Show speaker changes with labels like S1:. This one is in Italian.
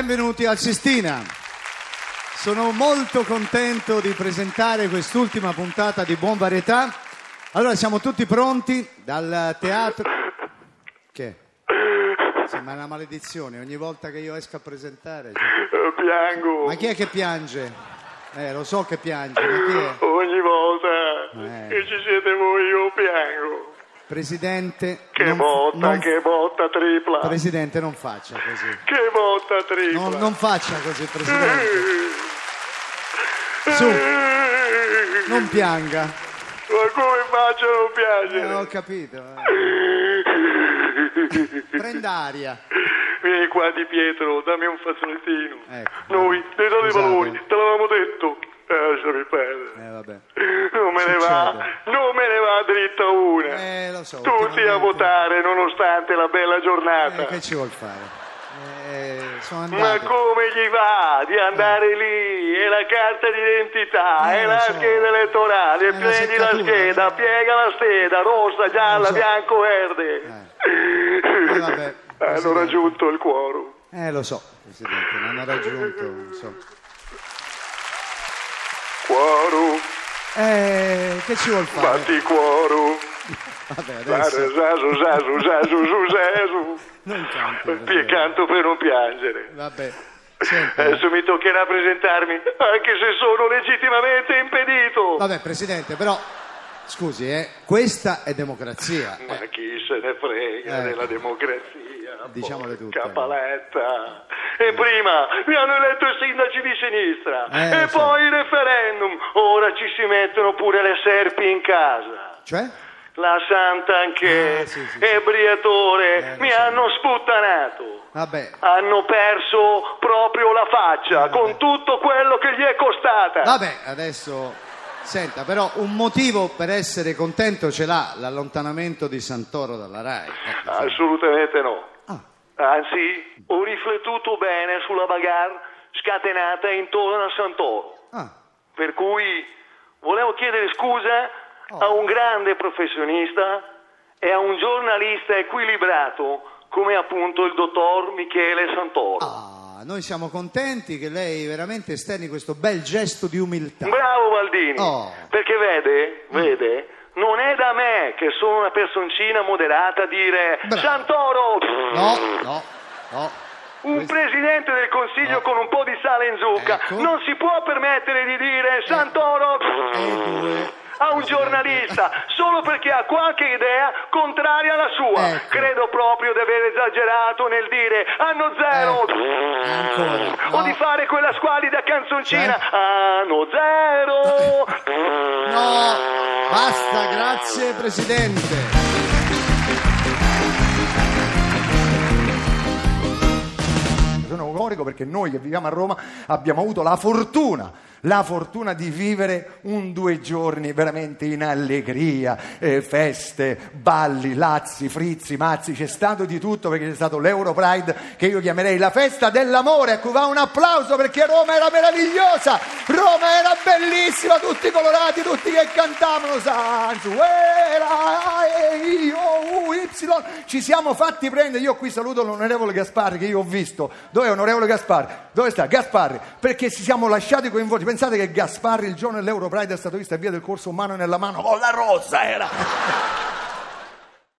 S1: Benvenuti al Sistina. Sono molto contento di presentare quest'ultima puntata di Buon Varietà. Allora, siamo tutti pronti dal teatro. Che? Sembra una maledizione, ogni volta che io esco a presentare. cioè,
S2: Piango
S1: Ma chi è che piange? Eh, lo so che piange, ma chi è?
S2: ogni volta
S1: Eh.
S2: che ci siete voi io piango.
S1: Presidente.
S2: Che
S1: non-
S2: botta,
S1: non-
S2: che botta tripla.
S1: Presidente, non faccia così.
S2: Che botta tripla.
S1: Non, non faccia così, Presidente.
S2: Eh.
S1: Su.
S2: Eh.
S1: Non pianga.
S2: Ma come faccio a non
S1: Eh,
S2: piangere?
S1: ho capito. eh. Prenda aria.
S2: Vieni qua di Pietro, dammi un fazzolettino.
S1: Ecco.
S2: Noi, dei dati
S1: Scusate.
S2: valori, te l'avevamo detto. Eh, lasciami perdere.
S1: Eh, vabbè.
S2: Non me ne va,
S1: Succede.
S2: non me ne va dritta una.
S1: Eh, lo so.
S2: Tutti a
S1: ultimamente-
S2: votare nonostante la bella giornata.
S1: Eh, che ci vuol fare? Eh, sono
S2: Ma
S1: andato.
S2: come gli va di andare lì? È la carta d'identità,
S1: Eh,
S2: è
S1: lo
S2: la
S1: so.
S2: scheda elettorale,
S1: Eh, la
S2: prendi la
S1: seccatura,
S2: scheda,
S1: eh.
S2: piega la scheda, rossa, gialla,
S1: so.
S2: bianco, verde.
S1: Eh, vabbè,
S2: Hanno
S1: Presidente.
S2: raggiunto il cuoro.
S1: Eh, lo so, Presidente, non ha raggiunto. insomma.
S2: Cuoro,
S1: Eh, che ci vuol fare?
S2: batti cuoro.
S1: Vabbè, adesso
S2: Zasu, zasu, zasu, su, zasu.
S1: non canto.
S2: Pie-
S1: Presidente.
S2: Canto per non piangere.
S1: Vabbè, senta.
S2: Adesso mi toccherà presentarmi, anche se sono legittimamente impedito.
S1: Vabbè, Presidente, però, scusi, eh, questa è democrazia.
S2: Ma chi se ne
S1: Eh.
S2: frega della democrazia?
S1: Diciamole tutte.
S2: Capaletta. E prima mi hanno eletto i sindaci di sinistra
S1: Eh,
S2: e
S1: lo so.
S2: poi il referendum. Ora ci si mettono pure le serpi in casa.
S1: Cioè?
S2: La santa anche,
S1: Ah, sì, sì, sì.
S2: ebriatore,
S1: Eh, lo
S2: mi
S1: so.
S2: hanno sputtanato.
S1: Vabbè.
S2: Hanno perso proprio la
S1: Eh,
S2: faccia con tutto quello che gli è costata.
S1: Vabbè, adesso senta, però un motivo per essere contento ce l'ha l'allontanamento di Santoro dalla RAI. Ecco, insomma.
S2: Assolutamente no.
S1: Ah,
S2: Anzi, ho riflettuto bene sulla bagarre scatenata intorno a Santoro.
S1: ah,
S2: Per cui volevo chiedere scusa a
S1: Oh.
S2: un grande professionista e a un giornalista equilibrato come appunto il dottor Michele Santoro.
S1: ah, noi siamo contenti che lei veramente esterni questo bel gesto di umiltà.
S2: Bravo Baldini,
S1: Oh.
S2: perché vede, vede, non è da me che sono una personcina moderata dire
S1: Bravo.
S2: Santoro!
S1: No, no, no.
S2: Un
S1: Questo-
S2: presidente del
S1: No.
S2: consiglio con un po' di sale in zucca
S1: Ecco. Eh.
S2: non si può permettere di dire Santoro
S1: due.
S2: a un
S1: Presidente.
S2: giornalista solo perché ha qualche idea contraria alla sua.
S1: Ecco.
S2: Credo proprio di aver esagerato nel dire anno zero
S1: Ecco. Ancora.
S2: o
S1: No.
S2: di fare quella squalida canzoncina
S1: Cioè?
S2: anno zero.
S1: No, basta, grazie Presidente.
S3: Sono euforico perché noi che viviamo a Roma abbiamo avuto la fortuna, la fortuna di vivere un due giorni veramente in allegria, eh, feste, balli, lazzi, frizzi, mazzi, c'è stato di tutto perché c'è stato l'Europride che io chiamerei la festa dell'amore a cui va un applauso perché Roma era meravigliosa, Roma era bellissima, tutti colorati, tutti che cantavano Sanzuela, eh, io, U, Y, ci siamo fatti prendere, io qui saluto l'onorevole Gasparri che io ho visto, dov'è onorevole Gasparri? Dove sta? Gasparri, perché ci siamo lasciati coinvolti, pensate che Gasparri il giorno dell'Europride è stato visto a via del corso mano nella mano, con la rossa era!